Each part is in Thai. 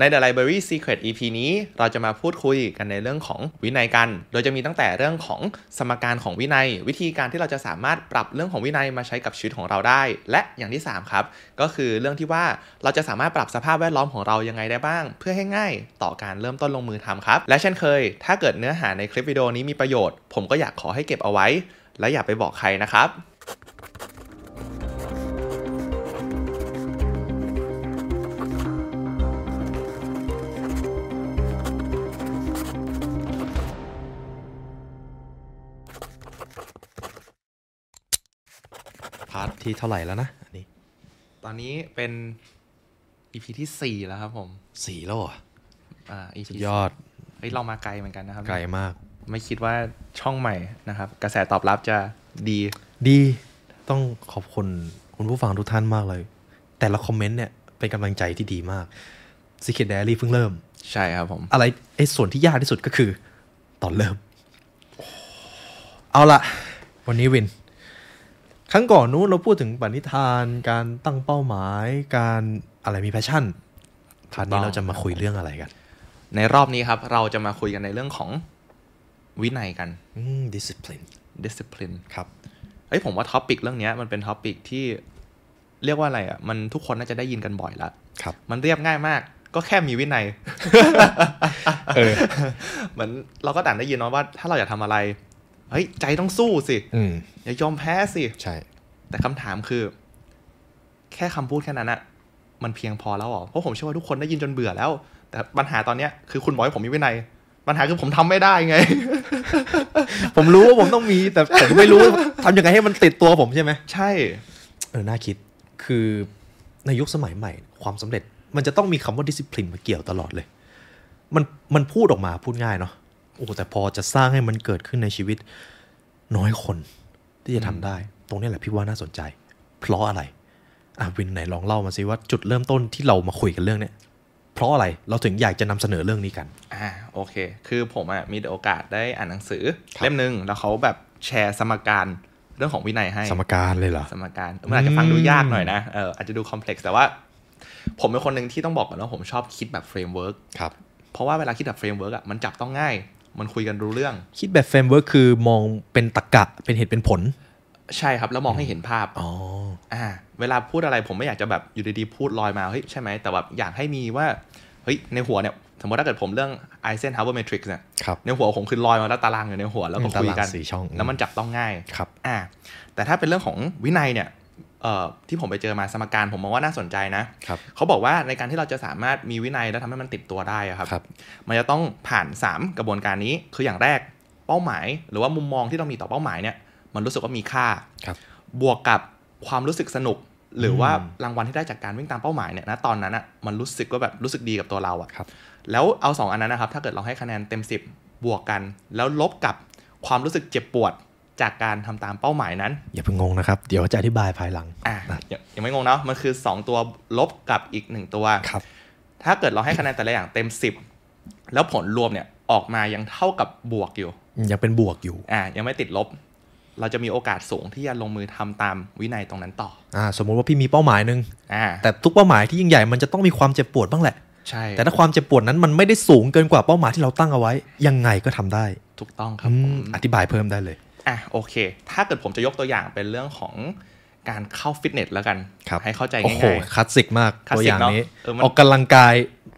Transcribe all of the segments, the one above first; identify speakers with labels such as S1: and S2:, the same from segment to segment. S1: ใน The Library Secret EP นี้เราจะมาพูดคุยกันในเรื่องของวินัยกัน โดยจะมีตั้งแต่เรื่องของสมการของวินัย วิธีการที่เราจะสามารถปรับเรื่องของวินัยมาใช้กับชีวิตของเราได้ และอย่างที่สามครับ ก็คือเรื่องที่ว่าเราจะสามารถปรับสภาพแวดล้อมของเรายังไงได้บ้าง เพื่อให้ง่ายต่อการเริ่มต้นลงมือทำครับ และเช่นเคย ถ้าเกิดเนื้อหาในคลิปวิดีโอนี้มีประโยชน์ ผมก็อยากขอให้เก็บเอาไว้ และอย่าไปบอกใครนะครับ พาร์ทที่เท่าไหร่แล้วนะอันนี้ตอนนี้เป็น EP ที่ 4 แล้วครับผม
S2: สี่แล้วเหรอ่ะ
S1: อ่า EP
S2: สุดยอด
S1: เฮ้ยเรามาไกลเหมือนกันนะครับ
S2: ไกลมาก
S1: ไม่คิดว่าช่องใหม่นะครับ กระแสตอบรับจะดี
S2: ดีต้องขอบคุณคุณผู้ฟังทุกท่านมากเลย แต่ละคอมเมนต์เนี่ย เป็นกำลังใจที่ดีมาก Secret Diary เพิ่งเริ่ม
S1: ใช่ครับผม
S2: อะไรไอ้ส่วนที่ยากที่สุดก็คือ ตอนเริ่ม เอาละวันนี้วิน ครั้งก่อนนู้นเราพูดถึงปณิธานการตั้งเป้าหมาย การอะไรมีแพชชั่นคราวนี้เราจะมาคุยเรื่องอะไรกัน
S1: ในรอบนี้ครับ เราจะมาคุยกันในเรื่องของวินัยกัน
S2: อืม discipline
S1: discipline
S2: ครับ
S1: เอ้ยผมว่าท็อปิกเรื่องเนี้ยมันเป็นท็อปิกที่เรียกว่าอะไรอ่ะมันทุกคนน่าจะได้ยินกันบ่อยละ
S2: ครับ
S1: มันเรียบง่ายมาก ก็แค่มีวินัย
S2: เออ
S1: เหมือนเราก็ต่างได้ยินเนาะว่า ถ้าเราอยากทำอะไรเฮ้ยใจต้องสู้สิ
S2: อืม
S1: อย่ายอมแพ้สิ
S2: ใช่
S1: แต่คำถามคือ แค่คำพูดแค่นั้นอะมันเพียงพอแล้วเหรอเพราะผมเชื่อว่าทุกคนได้ยินจนเบื่อแล้ว แต่ปัญหาตอนเนี้ยคือคุณบอกให้ผมมีวินัย ปัญหาคือผมทำไม่ได้ไง
S2: ผมรู้ว่าผมต้องมี แต่ผมไม่รู้ว่าทำยังไงให้มันติดตัวผมใช่ไหม
S1: ใช่
S2: เออ น่าคิด คือในยุคสมัยใหม่ ความสำเร็จ มันจะต้องมีคำว่า discipline มาเกี่ยวตลอดเลย มัน มันพูดออกมาพูดง่ายเนาะ โอ้ แต่พอจะสร้างให้มันเกิดขึ้นในชีวิต น้อยคนที่จะทำได้ ตรงนี้แหละพี่ว่าน่าสนใจ เพราะอะไร อ่ะวินไหนลองเล่ามาสิว่าจุดเริ่มต้นที่เรามาคุยกันเรื่องเนี้ย เพราะอะไร เราถึงอยากจะนำเสนอเรื่องนี้กัน
S1: อ่าโอเค คือผมอะมีโอกาสได้อ่านหนังสือ
S2: ครับ
S1: เล่มหนึ่งแล้วเขาแบบแชร์สมการเรื่องของวินัยให้
S2: สมการเลยเหรอ
S1: สมการมันอาจจะฟังดูยากหน่อยนะเอออาจจะดูคอมเพล็กซ์แต่ว่า ผมเป็นคนหนึ่งที่ต้องบอกก่อนว่าผมชอบคิดแบบเฟรมเวิร์ก
S2: ครับ
S1: เพราะว่าเวลาคิดแบบเฟรมเวิร์กอะมันจับต้องง่าย มันคุยกันรู้เรื่อง
S2: คิดแบบเฟรมเวิร์คือมองเป็นตรกกะ เป็นเหตุเป็นผล
S1: ใช่ครับแล้วมองให้เห็นภาพ
S2: อ๋อ
S1: อ่าเวลาพูดอะไรผมไม่อยากจะแบบอยู่ดีๆพูดลอยมาเฮ้ยใช่ไหมแต่แบบอยากให้มีว่าเฮ้ยในหัวเนี่ยสมมติถ้าเกิดผมเรื่อง Eisenhower Matrix เนี่ย
S2: ครับ
S1: ในหัวผมคือลอยมาแล้วตารางอยู่ในหัวแล้วก็
S2: อืม
S1: คุยกั
S2: ตาน รางสี่ช่อง
S1: แล้วมันจับต้องง่าย
S2: ครับ
S1: อ่าแต่ถ้าเป็นเรื่องของวินัยเนี่ยเอ่อที่ผมไปเจอมาสมการผมมองว่าน่าสนใจนะครับ เขาบอกว่าในการที่เราจะสามารถมีวินัยและทำให้มันติดตัวได้อะครับ
S2: ครับ
S1: มันจะต้องผ่าน 3 กระบวนการนี้ คืออย่างแรกเป้าหมาย หรือว่ามุมมองที่เรามีต่อเป้าหมายเนี่ยมันรู้สึกว่ามีค่า
S2: ครับ
S1: บวกกับความรู้สึกสนุก หรืออ
S2: ม
S1: ว่ารางวัลที่ได้จากการวิ่งตามเป้าหมายเนี่ยนะตอนนั้นอะ่ะมันรู้สึกว่าแบบรู้สึกดีกับตัวเราอะ่ะ
S2: ครับ
S1: แล้วเอา 2 อันนั้นนะครับ ถ้าเกิดเราให้คะแนนเต็ม 10 บวกกัน แล้วลบกับความรู้สึกเจ็บปวดจากการทำตามเป้าหมายนั้น
S2: อย่าเพิ่งงงนะครับ เดี๋ยวจะอธิบายภายหลัง
S1: อ่ะ
S2: อ่ะ
S1: ยังยังไม่งงเนาะมันคือ 2 ตัวลบกับอีก 1 ตัว
S2: ครับ
S1: ถ้าเกิดเราให้คะแนนแต่ละอย่างเต็ม 10 แล้วผลรวมเนี่ยออกมายังเท่ากับบวกอยู่
S2: ยังเป็นบวกอยู่
S1: อ่ะยังไม่ติดลบ เราจะมีโอกาสสูงที่จะลงมือทำตามวินัยตรงนั้นต่อ
S2: อ่า สมมุติว่าพี่มีเป้าหมายหนึ่ง
S1: อ่า
S2: แต่ทุกเป้าหมายที่ยิ่งใหญ่มันจะต้องมีความเจ็บปวดบ้างแหละ
S1: ใช่
S2: แต่ถ้าความเจ็บปวดนั้นมันไม่ได้สูงเกินกว่าเป้าหมายที่เราตั้งเอาไว้ ยังไงก็ทำได้
S1: ถูกต้องครับ
S2: อื
S1: ผม ม
S2: อธิบายเพิ่มได้เลย
S1: อ่ะโอเค ถ้าเกิดผมจะยกตัวอย่างเป็นเรื่องของการเข้าฟิตเนสแล้วกัน
S2: ครับ
S1: ให้เข้าใจ
S2: โอ้โห
S1: ง่าย
S2: คลาสสิกมาก
S1: คลาส
S2: ตัว
S1: สิ
S2: อก ย่าง
S1: เนอะ
S2: นี้
S1: เออมัน
S2: ออกกำลังกาย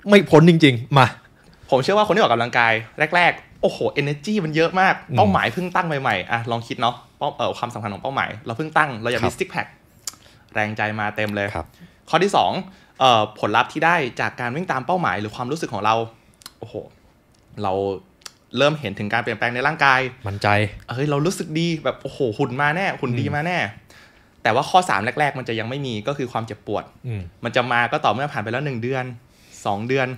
S2: ไม่พ้นจริง ๆ มา
S1: ๆผมเชื่อว่าคนที่ออกกำลังกายแรก ๆ โอ้โหเอเนจีมันเยอะมาก
S2: อืม
S1: เป้าหมายเพิ่งตั้งใหม่ๆอ่ะลองคิดเนาะเป้าเออความสำคัญของเป้าหมาย เราเพิ่งตั้งเราอยากมี
S2: ครับ
S1: ซิกแพคแรงใจมาเต็มเลย
S2: ครับ
S1: ข้อที่สองเอ่อผลลัพธ์ที่ได้จากการวิ่งตามเป้าหมาย หรือความรู้สึกของเราโอ้โหเราเริ่มเห็นถึงการเปลี่ยนแปลงในร่างกาย
S2: มั่นใจ
S1: เฮ้ยเรารู้สึกดีแบบโอ้โหหุ่นมาแน่หุ่นดีมาแน่ แต่ว่าข้อ 3 แรก ๆ มันจะยังไม่มีก็คือความเจ็บปวด
S2: อืม
S1: มันจะมาก็ต่อเมื่อผ่านไปแล้ว 1 เดือน 2 เดือน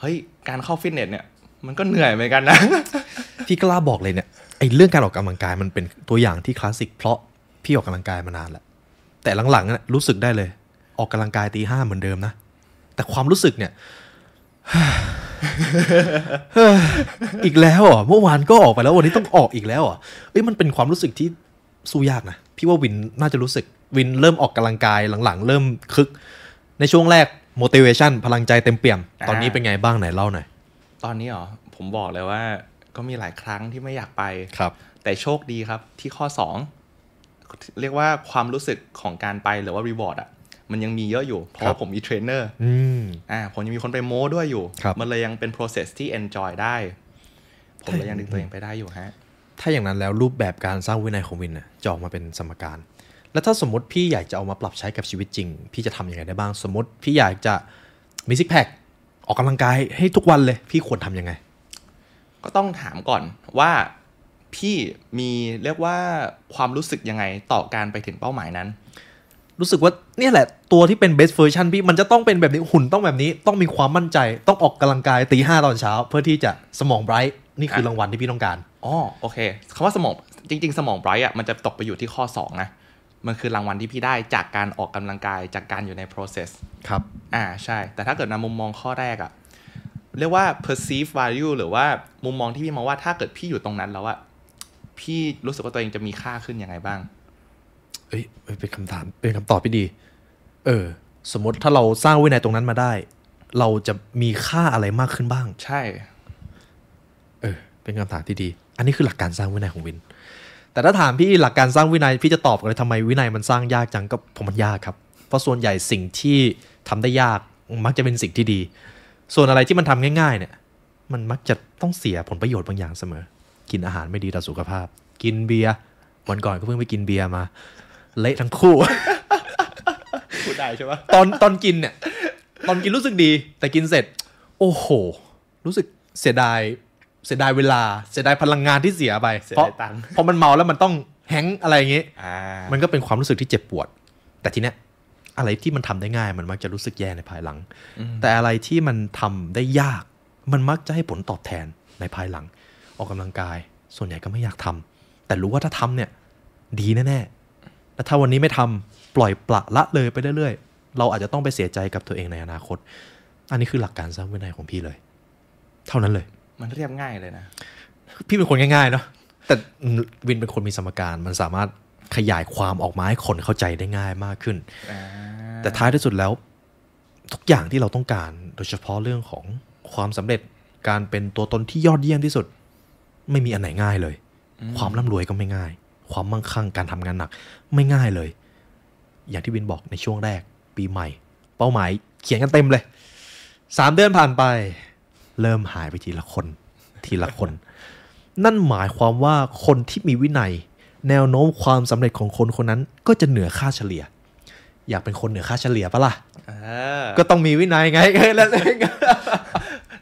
S1: เฮ้ย การเข้าฟิตเนสเนี่ย มันก็เหนื่อยเหมือนกันนะ
S2: พี่กล้าบอกเลยเนี่ยไอ้เรื่องการออกกำลังกายมันเป็นตัวอย่างที่คลาสสิกเพราะพี่ออกกำลังกายมานานแล้วแต่หลังๆน่ะรู้สึกได้เลย ออกกำลังกายตีห้าเหมือนเดิมนะแต่ความรู้สึกเนี่ย อีกแล้วเหรอ่ะเมื่อวานก็ออกไปแล้ววันนี้ต้องออกอีกแล้วเหรอ่ะเอ้ยมันเป็นความรู้สึกที่สู้ยากนะพี่ว่าวินน่าจะรู้สึกวินเริ่มออกกำลังกายหลังๆ เริ่มคึก ในช่วงแรก motivation พลังใจเต็มเปี่ยม
S1: อ่า
S2: ตอนนี้เป็นไงบ้างไหนเล่าหน่อย
S1: ตอนนี้เหรอผมบอกเลยว่า ก็มีหลายครั้งที่ไม่อยากไป
S2: ครับ
S1: แต่โชคดีครับที่ข้อ 2 เรียกว่าความรู้สึกของการไปหรือว่ารีวอร์ดอ่ะมันยังมีเยอะอยู่ เพราะ
S2: ครั
S1: ว่า
S2: บ
S1: ผมมีเทรนเนอร์
S2: อืม
S1: อ่าผมยังมีคนไปโม้ด้วยอยู่
S2: ครับ
S1: มันเลยยังเป็น process ที่ enjoy ได้ ผมเลยยังดึงตัวเองไปได้อยู่ฮะ
S2: ถ้าอย่างนั้นแล้วรูปแบบการสร้างวินัยของวินน่ะจะออกมาเป็นสมการ แล้วถ้าสมมติพี่อยากจะเอามาปรับใช้กับชีวิตจริง พี่จะทำยังไงได้บ้าง สมมติพี่อยากจะมีซิกแพคออกกำลังกายให้ทุกวันเลย พี่ควรทำยังไง
S1: ก็ต้องถามก่อนว่าพี่มีเรียกว่าความรู้สึกยังไงต่อการไปถึงเป้าหมายนั้น
S2: รู้สึกว่าเนี่ยแหละตัวที่เป็น best version พี่มันจะต้องเป็นแบบนี้หุ่นต้องแบบนี้ต้องมีความมั่นใจต้องออกกำลังกายตีห้าตอนเช้า เพื่อที่จะสมองไบรท์นี่คือรางวัลที่พี่ต้องการ
S1: อ๋อโอเคคำว่าสมองจริง ๆ สมองไบรท์อ่ะมันจะตกไปอยู่ที่ข้อ 2 นะ มันคือรางวัลที่พี่ได้จากการออกกำลังกายจากการอยู่ใน process
S2: ครับ
S1: อ่าใช่ แต่ถ้าเกิดนำมุมมองข้อแรกอะเรียกว่า perceive value หรือว่ามุมมองที่พี่มองว่าถ้าเกิดพี่อยู่ตรงนั้นแล้วอะพี่รู้สึกว่าตัวเองจะมีค่าขึ้นยังไงบ้าง
S2: เอ้ยเอ้ยเป็นคำถามเป็นคำตอบที่ดี เออ สมมติถ้าเราสร้างวินัยตรงนั้นมาได้ เราจะมีค่าอะไรมากขึ้นบ้าง
S1: ใช่
S2: เออ เป็นคำถามที่ดี อันนี้คือหลักการสร้างวินัยของวิน แต่ถ้าถามพี่หลักการสร้างวินัยพี่จะตอบกันเลยทำไมวินัยมันสร้างยากจังก็ผมมันยากครับ เพราะส่วนใหญ่สิ่งที่ทำได้ยากมักจะเป็นสิ่งที่ดี ส่วนอะไรที่มันทำง่าย ๆ เนี่ย มันมักจะต้องเสียผลประโยชน์บางอย่างเสมอ กินอาหารไม่ดีต่อสุขภาพ กินเบียร์วันก่อนก็เพิ่งไปกินเบียร์มา เละทั้งคู่
S1: พูดได้ใช่ปะ
S2: ตอนตอนกินเนี่ย ตอนกินรู้สึกดี แต่กินเสร็จ โอ้โห รู้สึกเสียดายเสียดายเวลา เสียดายพลังงานที่เสียไป
S1: เสีย
S2: เพราะ
S1: ดายตังค์
S2: เพราะมันเมาแล้วมันต้องแฮงก์อะไรอย่างงี้
S1: อ่ามั
S2: มันก็เป็นความรู้สึกที่เจ็บปวด แต่ทีเนี้ยอะไรที่มันทำได้ง่าย มันมักจะรู้สึกแย่ในภายหลัง แต่อะไรที่มันทำได้ยาก มันมักจะให้ผลตอบแทนในภายหลัง ออกกำลังกาย ส่วนใหญ่ก็ไม่อยากทำแต่รู้ว่าถ้าทำเนี่ย ดีแน่ๆแต่ถ้าวันนี้ไม่ทำปล่อยปละละเลยไปเรื่อยๆ เราอาจจะต้องไปเสียใจกับตัวเองในอนาคต อันนี้คือหลักการสร้างวินัยของพี่เลย เท่านั้นเลย
S1: มันเรียบง่ายเลยนะ
S2: พี่เป็นคนง่ายๆเนาะแต่อืมวินเป็นคนมีสมการมันสามารถขยายความออกมาให้คนเข้าใจได้ง่ายมากขึ้น
S1: อ่า
S2: แต่ท้ายที่สุดแล้ว ทุกอย่างที่เราต้องการ โดยเฉพาะเรื่องของความสำเร็จการเป็นตัวตนที่ยอดเยี่ยมที่สุด ไม่มีอันไหนง่ายเลย ความร่ำรวยก็ไม่ง่าย ความมั่งคั่งการทำงานหนัก ไม่ง่ายเลย อย่างที่วินบอกในช่วงแรก ปีใหม่ เป้าหมายเขียนกันเต็มเลยสามเดือนผ่านไป เริ่มหายไปทีละคน ทีละคน นั่นหมายความว่าคนที่มีวินัย แนวโน้มความสำเร็จของคนคนนั้นก็จะเหนือค่าเฉลี่ย อยากเป็นคนเหนือค่าเฉลี่ยปะล่ะ
S1: เออ
S2: ก็ต้องมีวินัยไง แล้ว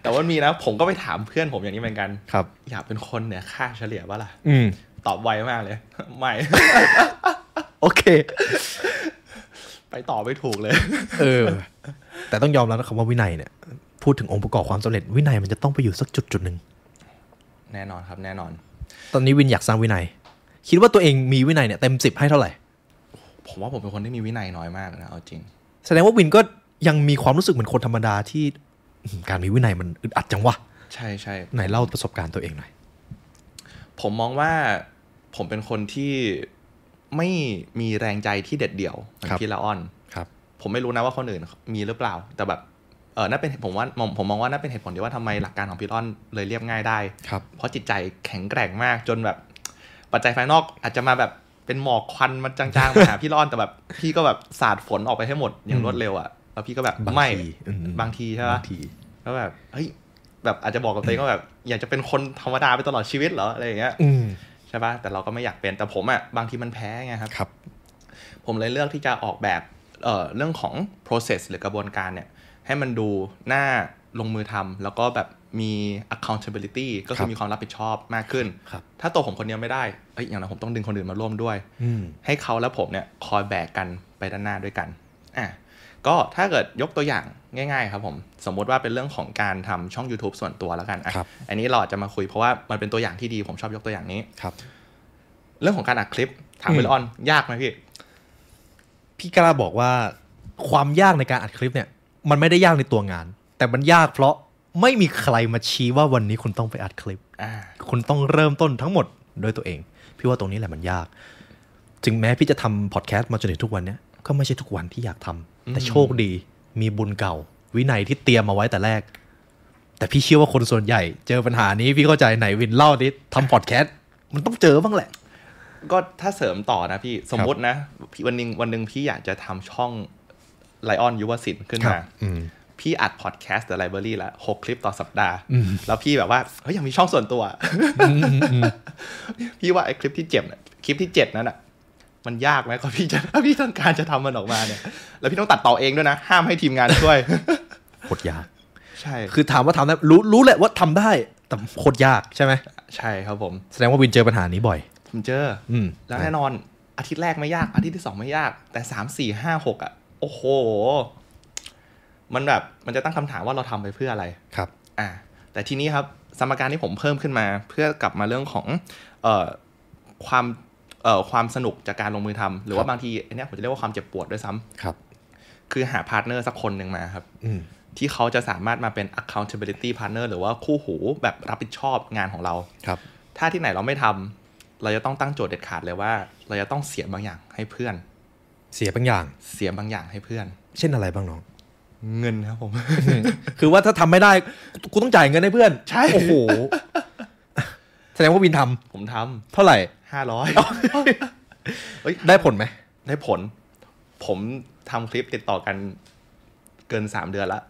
S1: แต่ว่ามีนะ ผมก็ไปถามเพื่อนผมอย่างนี้เหมือนกัน
S2: ครับ
S1: อยากเป็นคนเหนือค่าเฉลี่ยปะล่ะ
S2: อืม
S1: ตอบไวมากเลย ไม่
S2: โอเค
S1: ไปต่อไม่ถูกเลย
S2: เออ แต่ต้องยอมรับนะคำว่าวินัยเนี่ย พูดถึงองค์ประกอบความสำเร็จวินัยมันจะต้องไปอยู่สักจุดจุดหนึ่ง
S1: แน่นอนครับแน่นอน
S2: ตอนนี้วินอยากสร้างวินัย คิดว่าตัวเองมีวินัยเนี่ยเต็มสิบให้เท่าไหร่
S1: ผมว่าผมเป็นคนที่มีวินัยน้อยมากนะเอาจริง
S2: แสดงว่าวินก็ยังมีความรู้สึกเหมือนคนธรรมดาที่อืมการมีวินัยมันอึดอัดจังวะ
S1: ใช่ใช่
S2: ไหนเล่าประสบการณ์ตัวเองหน่อย
S1: ผมมองว่าผมเป็นคนที่ไม่มีแรงใจที่เด็ดเดี่ยวเหมือน
S2: ครับ
S1: พี่ละออน
S2: ครับ
S1: ผมไม่รู้นะว่าคนอื่นมีหรือเปล่า แต่แบบเออน่าเป็นผมว่าผมผมมองว่าน่าเป็นเหตุผลที่ว่าทำไมหลักการของพี่ละออนเลยเรียบง่ายได้
S2: ครับ
S1: เพราะจิตใจแข็งแกร่งมากจนแบบ ปัจจัยภายนอกอาจจะมาแบบเป็นหมอกควันมันจางๆมาหาพี่ละออนแต่แบบ พี่ก็แบบสาดฝนออกไปให้หมดอย่างรวดเร็วอ่ะแล้วพี่ก็แบบ
S2: บาง
S1: ไม่
S2: ทีอืม
S1: บางทีใช่ปะ
S2: บางที
S1: แล้วแบบเฮ้ยแบบอาจจะบอกกับตัวเองว่าแบบ อยากจะเป็นคนธรรมดาไปตลอดชีวิตเหรออะไรอย่างเงี้ย
S2: อืม
S1: ใช่ปะแต่เราก็ไม่อยากเป็นแต่ผมอะบางทีมันแพ้ไงครับ
S2: ครับ
S1: ผมเลยเลือกที่จะออกแบบเอ่อเรื่องของ process หรือกระบวนการเนี่ยให้มันดูน่าลงมือทำแล้วก็แบบมี accountability ก็คื
S2: ครั
S1: อบ มีความรับผิดชอบมากขึ้น
S2: ครับ
S1: ถ้าตัวผมคนเดียวไม่ได้เอ้ยอย่างนั้นผมต้องดึงคนอื่นมาร่วมด้วย
S2: อืม
S1: ให้เขาและผมเนี่ยคอยแบกกันไปด้านหน้าด้วยกันอ่ะก็ถ้าเกิดยกตัวอย่างง่ายๆครับผม สมมุติว่าเป็นเรื่องของการทำช่อง YouTube ส่วนตัวแล้วกันอ่ะ
S2: ครับ
S1: อันนี้เราอาจจะมาคุยเพราะว่ามันเป็นตัวอย่างที่ดีผมชอบยกตัวอย่างนี้
S2: ครับ
S1: เรื่องของการอัดคลิปถาม
S2: อืม
S1: ไปละออนยากไหมพี่
S2: พี่กล้าบอกว่าความยากในการอัดคลิปเนี่ย มันไม่ได้ยากในตัวงาน แต่มันยากเพราะไม่มีใครมาชี้ว่าวันนี้คุณต้องไปอัดคลิป
S1: อ่า
S2: คุณต้องเริ่มต้นทั้งหมดด้วยตัวเอง พี่ว่าตรงนี้แหละมันยาก ถึงแม้พี่จะทำพอดแคสต์มาจนถึงทุกวันเนี้ยก็ไม่ใช่ทุกวันที่อยากทำแต่
S1: อืม
S2: โชคดี มีบุญเก่า วินัยที่เตรียมมาไว้แต่แรก แต่พี่เชื่อว่าคนส่วนใหญ่ เจอปัญหานี้พี่เข้าใจไหนวินเล่าดิทำพอดแคสต์มันต้องเจอบ้างแหละ
S1: ก็ถ้าเสริมต่อนะพี่สมมตินะพี่วันหนึงวันหนึงพี่อยากจะทำช่องไลออนยุวศิลป์ขึ้นมา
S2: อืม
S1: พี่อัดพอดแคสต์ The Library ละหกคลิปต่อสัปดาห์ แล้วพี่แบบว่าเฮ้ยยังมีช่องส่วนตัว พี่ว่าไอ้คลิปที่เจ็บเนี่ยคลิปที่เจ็ดนั้นอ่ะ มันยากไหมกว่าพี่จะถ้าพี่ต้องการจะทำมันออกมาเนี่ย แล้วพี่ต้องตัดต่อเองด้วยนะ ห้ามให้ทีมงานช่วย
S2: โคตรยาก
S1: ใช่
S2: คือถามว่าทำได้รู้รู้แหละว่าทำได้ แต่โคตรยากใช่ไหม
S1: ใช่ครับผม
S2: แสดงว่าวินเจอปัญหานี้บ่อย
S1: ผมเจออ
S2: อืม
S1: แล้วแน่นอนอาทิตย์แรกไม่ยากอาทิตย์ที่สองไม่ยาก แต่สามสี่ห้าหกอ่ะ โอ้โห มันแบบมันจะตั้งคำถามว่าเราทำไปเพื่ออะไร
S2: ครับ
S1: อ่าแต่ทีนี้ครับสมการที่ผมเพิ่มขึ้นมา เพื่อกลับมาเรื่องของเอ่อความเอ่อความสนุกจากการลงมือทำหรือว่าบางทีอันเนี้ยผมจะเรียกว่าความเจ็บปวดด้วยซ้ำ
S2: ครับ
S1: คือหาพาร์ทเนอร์สักคนหนึ่งมาครับ
S2: อืม
S1: ที่เขาจะสามารถมาเป็น accountability partner หรือว่าคู่หูแบบรับผิดชอบงานของเรา
S2: ครับ
S1: ถ้าที่ไหนเราไม่ทำเราจะต้องตั้งโจทย์เด็ดขาดเลยว่า เราจะต้องเสียบางอย่างให้เพื่อน
S2: เสียบางอย่าง
S1: เสียบางอย่างให้เพื่อน
S2: เช่นอะไรบ้างน้อง
S1: เงินครับผม
S2: คือว่าถ้าทำไม่ได้กูต้องจ่ายเงินให้เพื่อน
S1: ใช่
S2: โอ้โห แสดงว่าวินทำ
S1: ผมทำ
S2: เท่าไหร่
S1: ห้าร้อย
S2: ได้ผลไหม
S1: ได้ผล ผมทำคลิปติดต่อกันเกินสามเดือนละ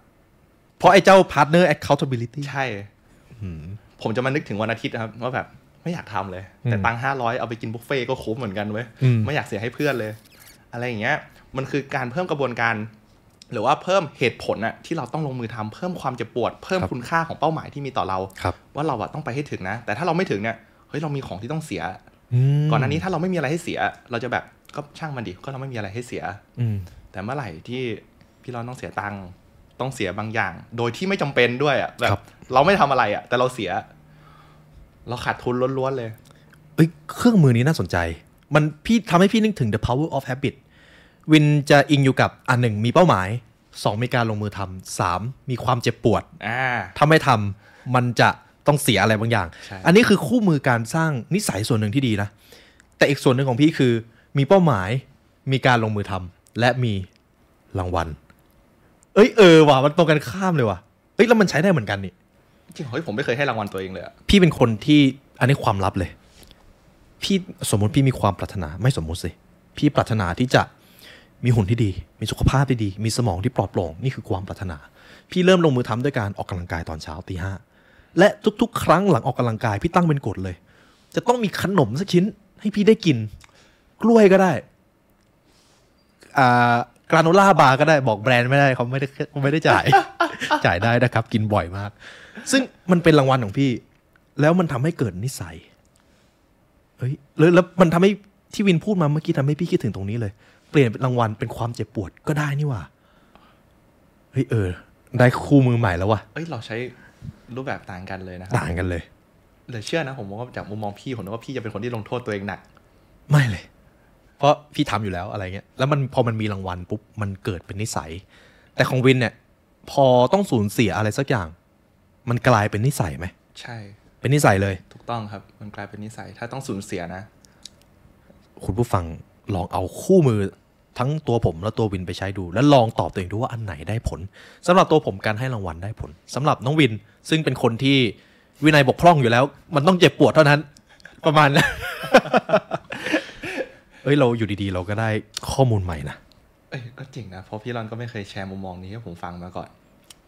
S2: เพราะไอ้เจ้า partner accountability
S1: ใช่ ผมจะมานึกถึงวันอาทิตย์นะครับว่าแบบไม่อยากทำเลย แต่
S2: อืม
S1: ตังห้าร้อยเอาไปกินบุฟเฟ่ต์ก็คุ้มเหมือนกันเว้ย
S2: อืม
S1: ไม่อยากเสียให้เพื่อนเลย อะไรอย่างเงี้ย มันคือการเพิ่มกระบวนการ หรือว่าเพิ่มเหตุผลอะที่เราต้องลงมือทำเพิ่มความเจ็บปวด เพิ่มคุณค่าของเป้าหมายที่มีต่อเรา
S2: ครับ
S1: ว่าเราอะต้องไปให้ถึงนะ แต่ถ้าเราไม่ถึงเนี่ยเฮ้ยเรามีของที่ต้องเสีย ก่อนหน้านี้ถ้าเราไม่มีอะไรให้เสีย เราจะแบบก็ช่างมันดิก็เราไม่มีอะไรให้เสีย
S2: อืม
S1: แต่เมื่อไหร่ที่พี่เราต้องเสียตังค์ต้องเสียบางอย่าง โดยที่ไม่จำเป็นด้วยอ่ะแบ
S2: ครับ บ
S1: เราไม่ทำอะไรอ่ะ แต่เราเสีย เราขาดทุนล้วนๆเลย
S2: เอ้ยเครื่องมือนี้น่าสนใจ มันพี่ทำให้พี่นึกถึง the power of habit วินจะอิงอยู่กับอันหนึ่งมีเป้าหมาย 2 มีการลงมือทำสามมีความเจ็บปวด
S1: อ่า
S2: ถ้าไม่ทำมันจะต้องเสียอะไรบางอย่าง
S1: ใช่
S2: อันนี้คือคู่มือการสร้างนิสัยส่วนหนึ่งที่ดีนะ แต่อีกส่วนหนึ่งของพี่คือ มีเป้าหมาย มีการลงมือทำและมีรางวัล เอ้ยเออว่ะมันตรงกันข้ามเลยว่ะเอ้ยแล้วมันใช้ได้เหมือนกันนี่
S1: จริงๆเฮ้ยผมไม่เคยให้รางวัลตัวเองเลยอะ
S2: พี่เป็นคนที่อันนี้ความลับเลย พี่สมมติพี่มีความปรารถนาไม่สมมติสิพี่ปรารถนาที่จะมีหุ่นที่ดี มีสุขภาพที่ดี มีสมองที่ปลอดโปร่งนี่คือความปรารถนา พี่เริ่มลงมือทำด้วยการออกกำลังกายตอนเช้าตีห้าและทุกๆ ครั้งหลังออกกำลังกายพี่ตั้งเป็นกฎเลย จะต้องมีขนมสักชิ้น ให้พี่ได้กิน กล้วยก็ได้อ่ากราโนล่าบาร์ก็ได้บอกแบรนด์ไม่ได้เขาไม่ได้เขาไม่ได้จ่าย จ่ายได้นะครับ กินบ่อยมาก ซึ่งมันเป็นรางวัลของพี่ แล้วมันทำให้เกิดนิสัย เฮ้ยแล้วแล้วมันทำให้ที่วินพูดมาเมื่อกี้ทำให้พี่คิดถึงตรงนี้เลย เปลี่ยนเป็นรางวัลเป็นความเจ็บปวดก็ได้นี่หว่า เฮ้ยเออ ได้คู่มือใหม่แล้วว่ะ
S1: เอ้ยเราใช้รูปแบบต่างกันเลยนะ
S2: ต่างกันเลย
S1: เหลือเชื่อนะผมว่าจากมุมมองพี่ผมนึกว่าพี่จะเป็นคนที่ลงโทษตัวเองหนัก
S2: ไม่เลย เพราะพี่ทำอยู่แล้วอะไรเงี้ย แล้วมันพอมันมีรางวัลปุ๊บ มันเกิดเป็นนิสัย แต่ของวินเนี่ย พอต้องสูญเสียอะไรสักอย่าง มันกลายเป็นนิสัยไหม
S1: ใช่
S2: เป็นนิสัยเลย
S1: ถูกต้องครับ มันกลายเป็นนิสัยถ้าต้องสูญเสียนะ
S2: คุณผู้ฟังลองเอาคู่มือทั้งตัวผมและตัววินไปใช้ดู แล้วลองตอบตัวเองดูว่าอันไหนได้ผลสำหรับตัวผมการให้รางวัลได้ผลสำหรับน้องวินซึ่งเป็นคนที่วินัยบกพร่องอยู่แล้ว มันต้องเจ็บปวดเท่านั้น ประมาณนั้น เอ้ยเราอยู่ดีๆ เราก็ได้ข้อมูลใหม่นะ
S1: เอ้ยก็จริงนะเพราะพี่รอนก็ไม่เคยแชร์มุมมองนี้ให้ผมฟังมาก่อน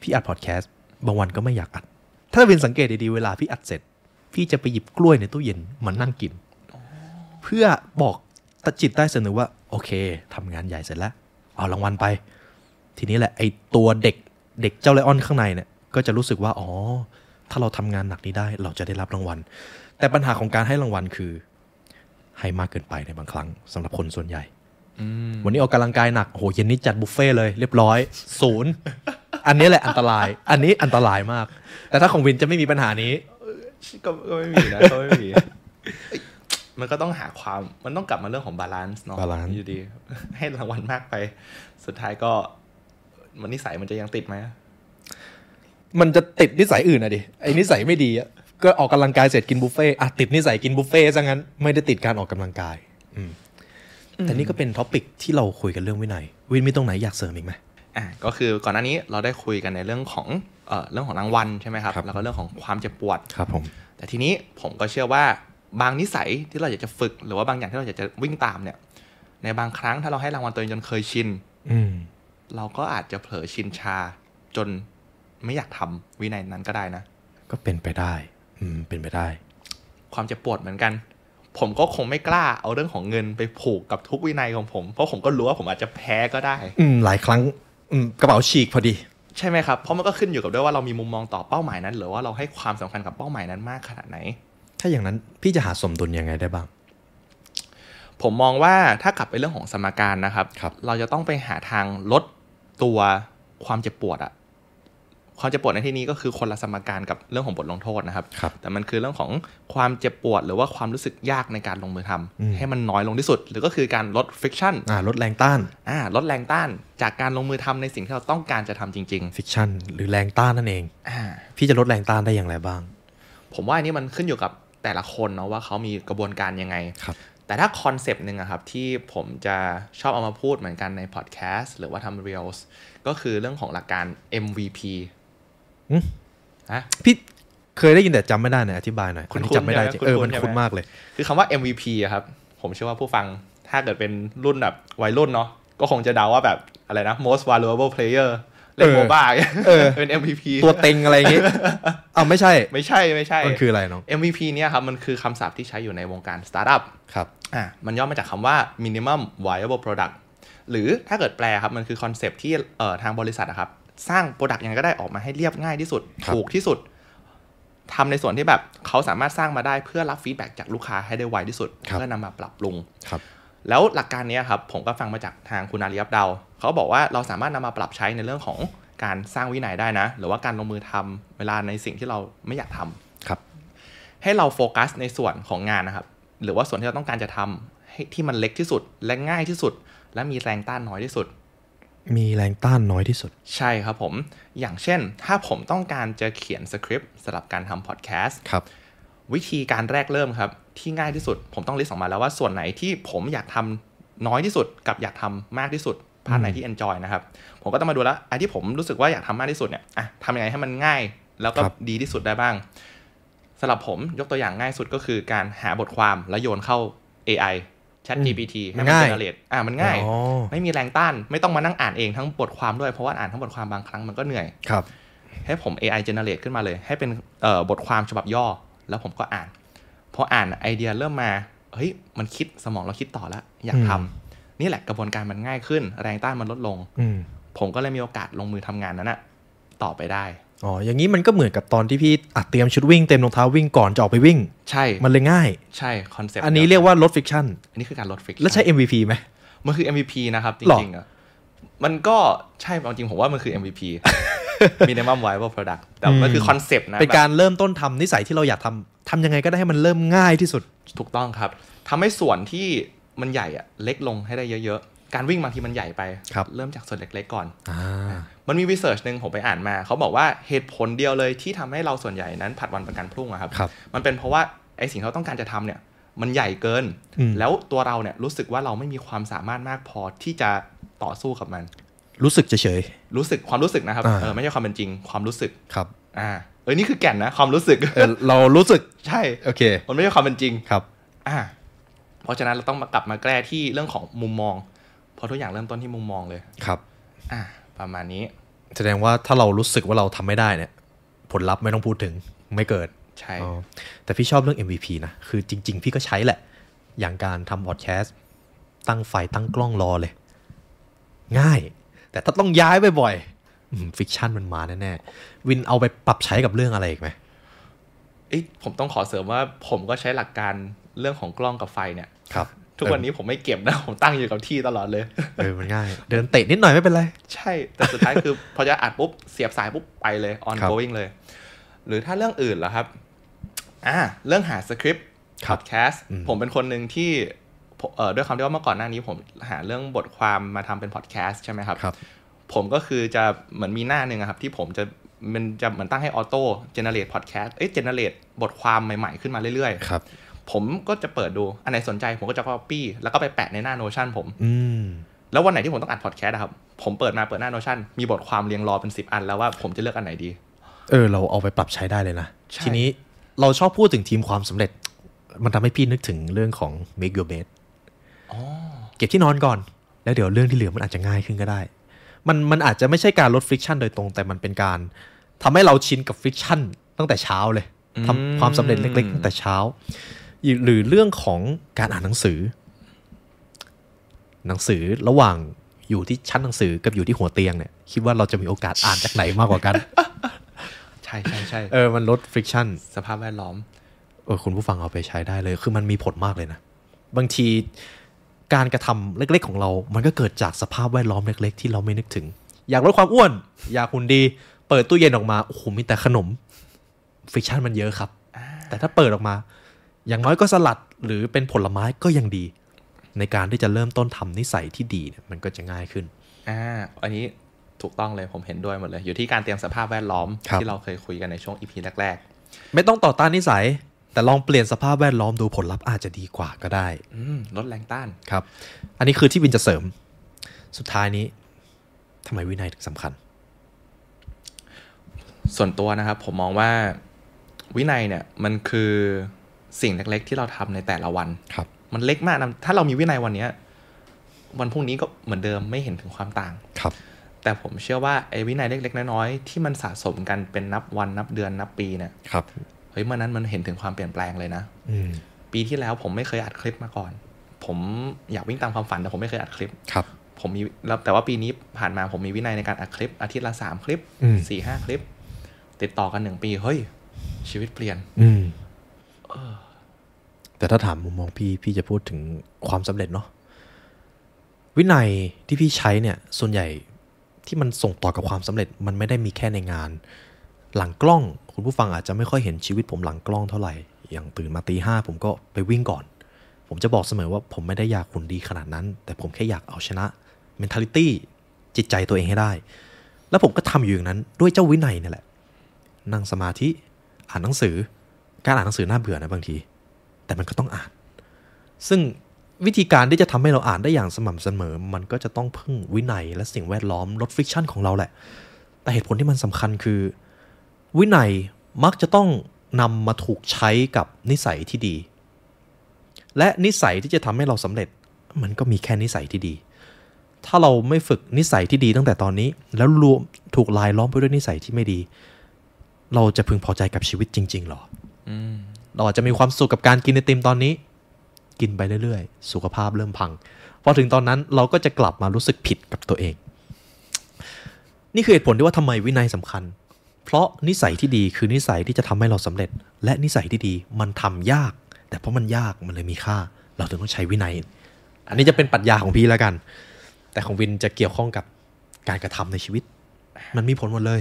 S2: พี่อัดพอดแคสต์บางวันก็ไม่อยากอัด ถ้าวินสังเกตดีๆ เวลาพี่อัดเสร็จ พี่จะไปหยิบกล้วยในตู้เย็นมานั่งกิน เพื่อบอกตะจิตใต้สำนึกว่า โอเคทำงานใหญ่เสร็จแล้ว เอารางวัลไป ทีนี้แหละไอตัวเด็กเด็กเจ้าไลออนข้างในเนี่ยก็จะรู้สึกว่า อ๋อ ถ้าเราทำงานหนักนี้ได้เราจะได้รับรางวัล แต่ปัญหาของการให้รางวัลคือให้มากเกินไปในบางครั้งสำหรับคนส่วนใหญ่
S1: อืม
S2: วันนี้ออกกำลังกายหนักโอ้โหเย็นนี้จัดบุฟเฟ่ต์เลยเรียบร้อยศูนย์อันนี้แหละอันตราย อันนี้อันตรายมาก แต่ถ้าของวินจะไม่มีปัญหานี้
S1: ก็ก็ไม่มีนะก็ไม่มีเอ้ยมันก็ต้องหาความมันต้องกลับมาเรื่องของบาลานซ์เนาะ
S2: balance
S1: อยู่ดี ให้รางวัลมากไป สุดท้ายก็ มันนิสัยมันจะยังติดไหม
S2: มันจะติดนิสัยอื่นอะดิไอ้นิสัยไม่ดีอะก็ออกกำลังกายเสร็จกินบุฟเฟ่ต์อ่ะติดนิสัยกินบุฟเฟ่ต์ซะงั้นไม่ได้ติดการออกกำลังกายอืมแต่นี่ก็เป็นท็อปิกที่เราคุยกันเรื่องวินัยวินมีตรงไหนอยากเสริมอีกไหม
S1: อ่ะก็คือก่อนหน้านี้เราได้คุยกันในเรื่องของเอ่อเรื่องของรางวัลใช่ไหมครับ
S2: ครับ
S1: แล้วก็เรื่องของความเจ็บปวด
S2: ครับผม
S1: แต่ทีนี้ผมก็เชื่อว่าบางนิสัยที่เราอยากจะฝึก หรือว่าบางอย่างที่เราอยากจะวิ่งตามเนี่ย ในบางครั้งถ้าเราให้รางวัลตัวเองจนเคยชิน
S2: อืม
S1: เราก็อาจจะเผลอชินชาจนไม่อยากทำวินัยนั้นก็ได้นะ
S2: ก็เป็นไปได้ อืม เป็นไปได้
S1: ความเจ็บปวดเหมือนกัน ผมก็คงไม่กล้าเอาเรื่องของเงินไปผูกกับทุกวินัยของผม เพราะผมก็รู้ว่าผมอาจจะแพ้ก็ได้
S2: อืม หลายครั้ง อืม กระเป๋าฉีกพอดี
S1: ใช่ไหมครับ เพราะมันก็ขึ้นอยู่กับด้วยว่าเรามีมุมมองต่อเป้าหมายนั้น หรือว่าเราให้ความสำคัญกับเป้าหมายนั้นมากขนาดไหน
S2: ถ้าอย่างนั้นพี่จะหาสมดุลยังไงได้บ้าง
S1: ผมมองว่าถ้ากลับไปเรื่องของสมการนะครับ
S2: ครับ
S1: เราจะต้องไปหาทางลดตัวความเจ็บปวดอะความเจ็บปวดในที่นี้ก็คือคนละสมการกับเรื่องของบทลงโทษนะครับ
S2: ครับ
S1: แต่มันคือเรื่องของความเจ็บปวด หรือว่าความรู้สึกยากในการลงมือทำ
S2: อืม
S1: ให้มันน้อยลงที่สุด หรือก็คือการลด friction
S2: อ่า ลดแรงต้าน
S1: อ่าลดแรงต้านจากการลงมือทำในสิ่งที่เราต้องการจะทำจริง
S2: ฟิกชัน หรือแรงต้านนั่นเอง
S1: ๆ อ่า
S2: พี่จะลดแรงต้านได้อย่างไรบ้าง
S1: ผมว่าอันนี้มันขึ้นอยู่กับแต่ละคนเนาะว่าเขามีกระบวนการยังไง
S2: ครับ
S1: แต่ถ้าคอนเซปต์หนึ่งอะครับที่ผมจะชอบเอามาพูดเหมือนกันในพอดแคสต์หรือว่าทำเรียลส์ก็คือเรื่องของหลักการ MVP
S2: อืม
S1: นะ
S2: พี่เคยได้ยินแต่จำไม่ได้หน่อยอธิบายหน่อยอันนี้
S1: คุ้นๆ
S2: จำไม่ได้จ
S1: ใช่
S2: ริง
S1: ไหม
S2: เออ
S1: คุ้นๆ
S2: มัน
S1: ใช่ไหม
S2: คุ้นมากเลย
S1: คือคำว่า MVP อะครับ ผมเชื่อว่าผู้ฟังถ้าเกิดเป็นรุ่นแบบวัยรุ่นเนาะก็คงจะเดาว่าแบบอะไรนะ most valuable player เล่น
S2: เออ
S1: โมบ้า
S2: เออ
S1: เป็น MVP
S2: ตัวเต็งอะไรอย่างงี้ เอาไม่ใช่
S1: ไม่ใช่ไม่ใช่
S2: มันคืออะไรน้อง
S1: MVP เนี่ยครับมันคือคำศัพท์ที่ใช้อยู่ในวงการสตาร์ทอัพ
S2: ครับ
S1: อ่ะมันย่อมาจากคำว่า minimum viable product หรือถ้าเกิดแปลครับ มันคือคอนเซปที่เอ่อทางบริษัทอะครับ สร้าง Product ยังไงก็ได้ออกมาให้เรียบง่ายที่สุด
S2: ครับ
S1: ถูกที่สุดทำในส่วนที่แบบเขาสามารถสร้างมาได้เพื่อรับฟีดแบ็จากลูกค้าให้ได้ไวที่สุด เพื่อนำมาปรับปรุง
S2: ครับ
S1: แล้วหลักการเนี้ยครับ ผมก็ฟังมาจากทางคุณอาลียับเดา เขาบอกว่าเราสามารถนำมาปรับใช้ในเรื่องของการสร้างวินัยได้นะ หรือว่าการลงมือทำเวลาในสิ่งที่เราไม่อยากทำ
S2: ครับ
S1: ให้เราโฟกัสในส่วนของงานนะครับ หรือว่าส่วนที่เราต้องการจะทำให้ที่มันเล็กที่สุดและง่ายที่สุด และมีแรงต้านน้อยที่สุด
S2: มีแรงต้านน้อยที่สุด
S1: ใช่ครับผม อย่างเช่น ถ้าผมต้องการจะเขียนสคริปต์สำหรับการทำพอดแคสต์
S2: ครับ
S1: วิธีการแรกเริ่มครับ ที่ง่ายที่สุด ผมต้องลิสต์ออกมาแล้วว่าส่วนไหนที่ผมอยากทำน้อยที่สุด กับอยากทำมากที่สุดพาร์ทไหนที่ enjoy นะครับ ผมก็ต้องมาดูแล้วไอ้ที่ผมรู้สึกว่าอยากทำมากที่สุดเนี่ยอ่ะทำยังไงให้มันง่าย แล้วก็
S2: ครับ
S1: ดีที่สุดได้บ้าง สำหรับผมยกตัวอย่างง่ายสุดก็คือการหาบทความแล้วโยนเข้า AI Chat
S2: อืม
S1: GPT ให้
S2: มัน
S1: มัน
S2: ง่า
S1: เจ
S2: ย
S1: เนเรตอ่ามันง่าย
S2: อ๋อ
S1: ไม่มีแรงต้าน ไม่ต้องมานั่งอ่านเองทั้งบทความด้วย เพราะว่าอ่านทั้งบทความบางครั้งมันก็เหนื่อย
S2: ครับ
S1: ให้ผม AI generate ขึ้นมาเลย ให้เป็นเอ่อบทความฉบับย่อ แล้วผมก็อ่าน พออ่านไอเดียเริ่มมา เฮ้ย มันคิดสมองเราคิดต่อแล้ว อยากทำ
S2: อืม
S1: นี่แหละกระบวนการมันง่ายขึ้น แรงต้านมันลดลง
S2: อืม
S1: ผมก็เลยมีโอกาสลงมือทำงานนั้นอะต่อไปได้
S2: อ๋อ อย่างนี้มันก็เหมือนกับตอนที่พี่อัดเตรียมชุดวิ่งเต็มรองเท้าวิ่งก่อนจะออกไปวิ่ง
S1: ใช่
S2: มันเลยง่าย
S1: ใช่คอนเซปต์
S2: อันนี้เรียกว่าลดฟิกชัน
S1: อันนี้คือการลด friction
S2: แล้วใช้ MVP ไหม
S1: มันคือ MVP นะครับ จ
S2: หรอ
S1: ริงๆอะมันก็ใช่เอาจริงผมว่ามันคือ MVP Minimum Viable Product แต่มันคือคอนเซปต์นะ
S2: เป็นการเริ่มต้นทำนิสัยที่เราอยากทำทำยังไงก็ได้ให้มันเริ่มง่ายที่สุด
S1: แบบถูกต้องครับทำให้ส่วนที่มันใหญ่อะเล็กลงให้ได้เยอะๆ การวิ่งบางทีมันใหญ่ไป
S2: ครับ
S1: เริ่มจากส่วนเล็กๆก่อน
S2: อ่า
S1: มันมีวิจัยหนึ่งผมไปอ่านมา เขาบอกว่าเหตุผลเดียวเลยที่ทำให้เราส่วนใหญ่นั้นผัดวันประกันพรุ่งอะครับ
S2: ครับ
S1: มันเป็นเพราะว่าไอสิ่งที่เราต้องการจะทำเนี่ย มันใหญ่เกิน
S2: อืม
S1: แล้วตัวเราเนี่ยรู้สึกว่าเราไม่มีความสามารถมากพอที่จะต่อสู้กับมัน
S2: รู้สึกเฉย
S1: รู้สึกความรู้สึกนะครับ
S2: อ่า
S1: เออไม่ใช่ความเป็นจริงความรู้สึก
S2: ๆ ครับ
S1: อ่าเออนี่คือแก่นนะความรู้สึก
S2: เออ เรารู้สึก
S1: ใช่
S2: โอเค
S1: มันไม่ใช่ความเป็นจริง
S2: ครับ
S1: อ่าเพราะฉะนั้นเราต้องมากลับมาแก้ที่เรื่องของมุมมองเพราะทุกอย่างเริ่มต้นที่มุมมองเลย
S2: ครับ
S1: อ่าประมาณนี้
S2: แสดงว่าถ้าเรารู้สึกว่าเราทำไม่ได้เนี่ย ผลลัพธ์ไม่ต้องพูดถึง ไม่เกิด
S1: ใช่
S2: อ๋อแต่พี่ชอบเรื่อง MVP นะ คือจริง ๆ พี่ก็ใช้แหละ อย่างการทำพอดแคสต์ ตั้งไฟตั้งกล้องรอเลย ง่าย แต่ถ้าต้องย้ายบ่อยๆฟิกชันมันมาแน่ๆ วินเอาไปปรับใช้กับเรื่องอะไรอีกไหม
S1: เอ้ยผมต้องขอเสริมว่าผมก็ใช้หลักการเรื่องของกล้องกับไฟเนี่ย
S2: ครับ
S1: ทุกวันนี้ผมไม่เก็บนะ ผมตั้งอยู่กับที่ตลอดเลย
S2: เออมันง่าย เดินเตะนิดหน่อยไม่เป็นไร
S1: ใช่ แต่สุดท้ายคือ พอจะอัดปุ๊บ เสียบสายปุ๊บ ไปเลย on
S2: ครับ
S1: going เลย หรือถ้าเรื่องอื่นล่ะครับ อ่า เรื่องหาสคริปต์
S2: ค
S1: พ
S2: รั
S1: อบ ดแคสต์
S2: อืม
S1: ผมเป็นคนหนึ่งที่ผมเอ่อด้วยความที่ว่าเมื่อก่อนหน้านี้ผมหาเรื่องบทความมาทำเป็นพอดแคสต์ใช่ไหมครับ
S2: ครับ
S1: ผมก็คือจะเหมือนมีหน้าหนึ่งอะครับ ที่ผมจะมันจะเหมือนตั้งให้ออโต้เจเนเรตพอดแคสต์เอ้ยเจเนเรตบทความใหม่ๆขึ้นมาเรื่อย
S2: ครับ
S1: ๆ ผมก็จะเปิดดูอันไหนสนใจผมก็จะ copy แล้วก็ไปแปะในหน้าโนชั่นผม
S2: อืม
S1: แล้ววันไหนที่ผมต้องอัดพอดแคสต์ครับ ผมเปิดมาเปิดหน้าโนชั่นมีบทความเรียงรอเป็น 10 อันแล้วว่าผมจะเลือกอันไหนดี
S2: เออเราเอาไปปรับใช้ได้เลยนะ
S1: ใช่
S2: ทีนี้เราชอบพูดถึงทีมความสำเร็จ มันทำให้พี่นึกถึงเรื่องของ make your bed เก็บที่นอนก่อน แล้วเดี๋ยวเรื่องที่เหลือมันอาจจะง่ายขึ้นก็ได้ มันมันอาจจะไม่ใช่การลด friction โดยตรง แต่มันเป็นการทำให้เราชินกับ friction ตั้งแต่เช้าเลยทำความสำเร็จเล็กๆตั้งแต่เช้า หรือเรื่องของการอ่านหนังสือ หนังสือระหว่างอยู่ที่ชั้นหนังสือกับอยู่ที่หัวเตียงเนี่ยคิดว่าเราจะมีโอกาสอ่านจากไหนมากกว่ากัน
S1: ใช่ใช่ใช่
S2: เออ มันลด friction
S1: สภาพแวดล้อม
S2: เออ คุณผู้ฟังเอาไปใช้ได้เลย คือมันมีผลมากเลยนะ บางทีการกระทำเล็กๆของเรา มันก็เกิดจากสภาพแวดล้อมเล็ก ๆ ที่เราไม่นึกถึง อยากลดความอ้วน อยากหุ่นดี เปิดตู้เย็นออกมา โอ้โห มีแต่ขนม friction มันเยอะครับ แต่ถ้าเปิดออกมา อย่างน้อยก็สลัดหรือเป็นผลไม้ก็ยังดี ในการที่จะเริ่มต้นทำนิสัยที่ดีเนี่ยมันก็จะง่ายขึ้น
S1: อ่า อันนี้ถูกต้องเลยผมเห็นด้วยหมดเลย อยู่ที่การเตรียมสภาพแวดล้อม
S2: ครับ
S1: ที่เราเคยคุยกันในช่วง EP แรก
S2: ไม่ต้องต่อต้านนิสัย แต่ลองเปลี่ยนสภาพแวดล้อมดูผลลัพธ์อาจจะดีกว่าก็ได้
S1: ๆ อืมลดแรงต้าน
S2: ครับ อันนี้คือที่วินจะเสริม สุดท้ายนี้ทำไมวินัยถึงสำคัญ
S1: ส่วนตัวนะครับ ผมมองว่าวินัยเนี่ยมันคือสิ่งเล็กๆ ที่เราทำในแต่ละวัน
S2: ครับ
S1: มันเล็กมากนะถ้าเรามีวินัยวันเนี้ยวันพรุ่งนี้ก็เหมือนเดิมไม่เห็นถึงความต่าง
S2: ครับ
S1: แต่ผมเชื่อว่าไอ้วินัยเล็ก ๆ น้อยๆที่มันสะสมกันเป็นนับวันนับเดือนนับปีเนี่ย
S2: ครับ
S1: เฮ้ยเมื่อนั้นมันเห็นถึงความเปลี่ยนแปลงเลยนะ
S2: อืม
S1: ปีที่แล้วผมไม่เคยอัดคลิปมาก่อน ผมอยากวิ่งตามความฝันแต่ผมไม่เคยอัดคลิป
S2: ครับ
S1: ผมมีแล้วแต่ว่าปีนี้ผ่านมาผมมีวินัยในการอัดคลิป อาทิตย์ละสามคลิป
S2: อืม
S1: สี่ห้าคลิป ติดต่อกันหนึ่งปีเฮ้ย ชีวิตเปลี่ยน
S2: อืมแต่ถ้าถามมุมมองพี่ พี่จะพูดถึงความสำเร็จเนาะ วินัยที่พี่ใช้เนี่ย ส่วนใหญ่ที่มันส่งต่อกับความสำเร็จ มันไม่ได้มีแค่ในงาน หลังกล้อง คุณผู้ฟังอาจจะไม่ค่อยเห็นชีวิตผมหลังกล้องเท่าไหร่ อย่างตื่นมาตีห้าผมก็ไปวิ่งก่อน ผมจะบอกเสมอว่าผมไม่ได้อยากหุ่นดีขนาดนั้น แต่ผมแค่อยากเอาชนะ mentality จิตใจตัวเองให้ได้ แล้วผมก็ทำอยู่อย่างนั้นด้วยเจ้าวินัยเนี่ยแหละ นั่งสมาธิอ่านหนังสือ การอ่านหนังสือน่าเบื่อนะบางที แต่มันก็ต้องอ่าน ซึ่งวิธีการที่จะทำให้เราอ่านได้อย่างสม่ำเสมอ มันก็จะต้องพึ่งวินัยและสิ่งแวดล้อมลดฟริกชันของเราแหละ แต่เหตุผลที่มันสำคัญคือ วินัยมักจะต้องนำมาถูกใช้กับนิสัยที่ดี และนิสัยที่จะทำให้เราสำเร็จ มันก็มีแค่นิสัยที่ดี ถ้าเราไม่ฝึกนิสัยที่ดีตั้งแต่ตอนนี้ แล้วรวมถูกลายล้อมไปด้วยนิสัยที่ไม่ดี เราจะพึงพอใจกับชีวิตจริง ๆหรอ
S1: อืม
S2: เราอาจจะมีความสุขกับการกินไอติมตอนนี้ กินไปเรื่อยๆ สุขภาพเริ่มพัง พอถึงตอนนั้นเราก็จะกลับมารู้สึกผิดกับตัวเอง นี่คือเหตุผลที่ว่าทำไมวินัยสำคัญ เพราะนิสัยที่ดีคือนิสัยที่จะทำให้เราสำเร็จ และนิสัยที่ดีมันทำยาก แต่เพราะมันยากมันเลยมีค่า เราถึงต้องใช้วินัย อันนี้จะเป็นปรัชญาของพี่แล้วกัน แต่ของวินจะเกี่ยวข้องกับการกระทำในชีวิต มันมีผลหมดเลย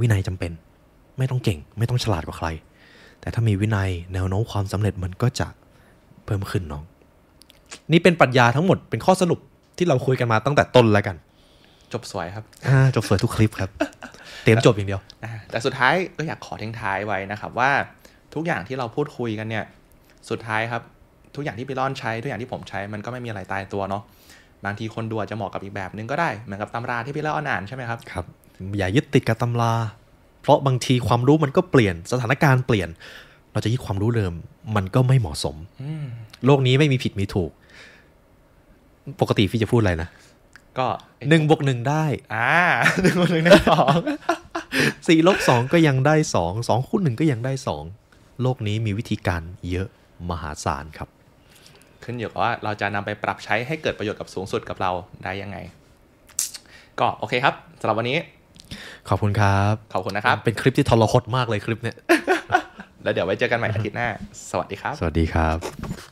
S2: วินัยจำเป็น ไม่ต้องเก่ง ไม่ต้องฉลาดกว่าใคร แต่ถ้ามีวินัยแนวโน้มความสำเร็จมันก็จะเพิ่มขึ้นน้อง นี่เป็นปรัชญาทั้งหมดเป็นข้อสรุปที่เราคุยกันมาตั้งแต่ต้นแล้วกัน
S1: จบสวยครับ
S2: อ่าจบสวยทุกคลิปครับ เตรียมจบอย่างเดียว
S1: อ่าแต่สุดท้ายก็อยากขอทิ้งท้ายไว้นะครับว่าทุกอย่างที่เราพูดคุยกันเนี่ยสุดท้ายครับ ทุกอย่างที่พี่ร่อนใช้ทุกอย่างที่ผมใช้มันก็ไม่มีอะไรตายตัวเนาะบางทีคนดูอาจจะเหมาะกับอีกแบบนึงก็ได้เหมือนกับตำราที่พี่ร่อนอ่านใช่ไหมครับ
S2: ครับ อย่ายึดติดกับตำรา เพราะบางทีความรู้มันก็เปลี่ยนสถานการณ์เปลี่ยน เราจะยึดความรู้เดิมมันก็ไม่เหมาะสม
S1: อืม
S2: โลกนี้ไม่มีผิดมีถูก ปกติพี่จะพูดอะไรนะ
S1: ก็
S2: หนึ่งบวกหนึ่งได้
S1: อ่า หนึ่งบวกหนึ่งได้สอง
S2: สี่ลบสองก็ยังได้สองสองคูณหนึ่งก็ยังได้สองโลกนี้มีวิธีการเยอะมหาศาลครับ
S1: ขึ้นอยู่กับว่าเราจะนำไปปรับใช้ให้เกิดประโยชน์กับสูงสุดกับเราได้ยังไง ก็โอเคครับสำหรับวันนี้
S2: ขอบคุณครับ
S1: ขอบคุณนะครับ
S2: เป็นคลิปที่ทรหดมากเลยคลิปเนี้ย
S1: แล้วเดี๋ยวไว้เจอกันใหม่อาทิตย์หน้า สวัสดีครับ
S2: สวัสดีครับ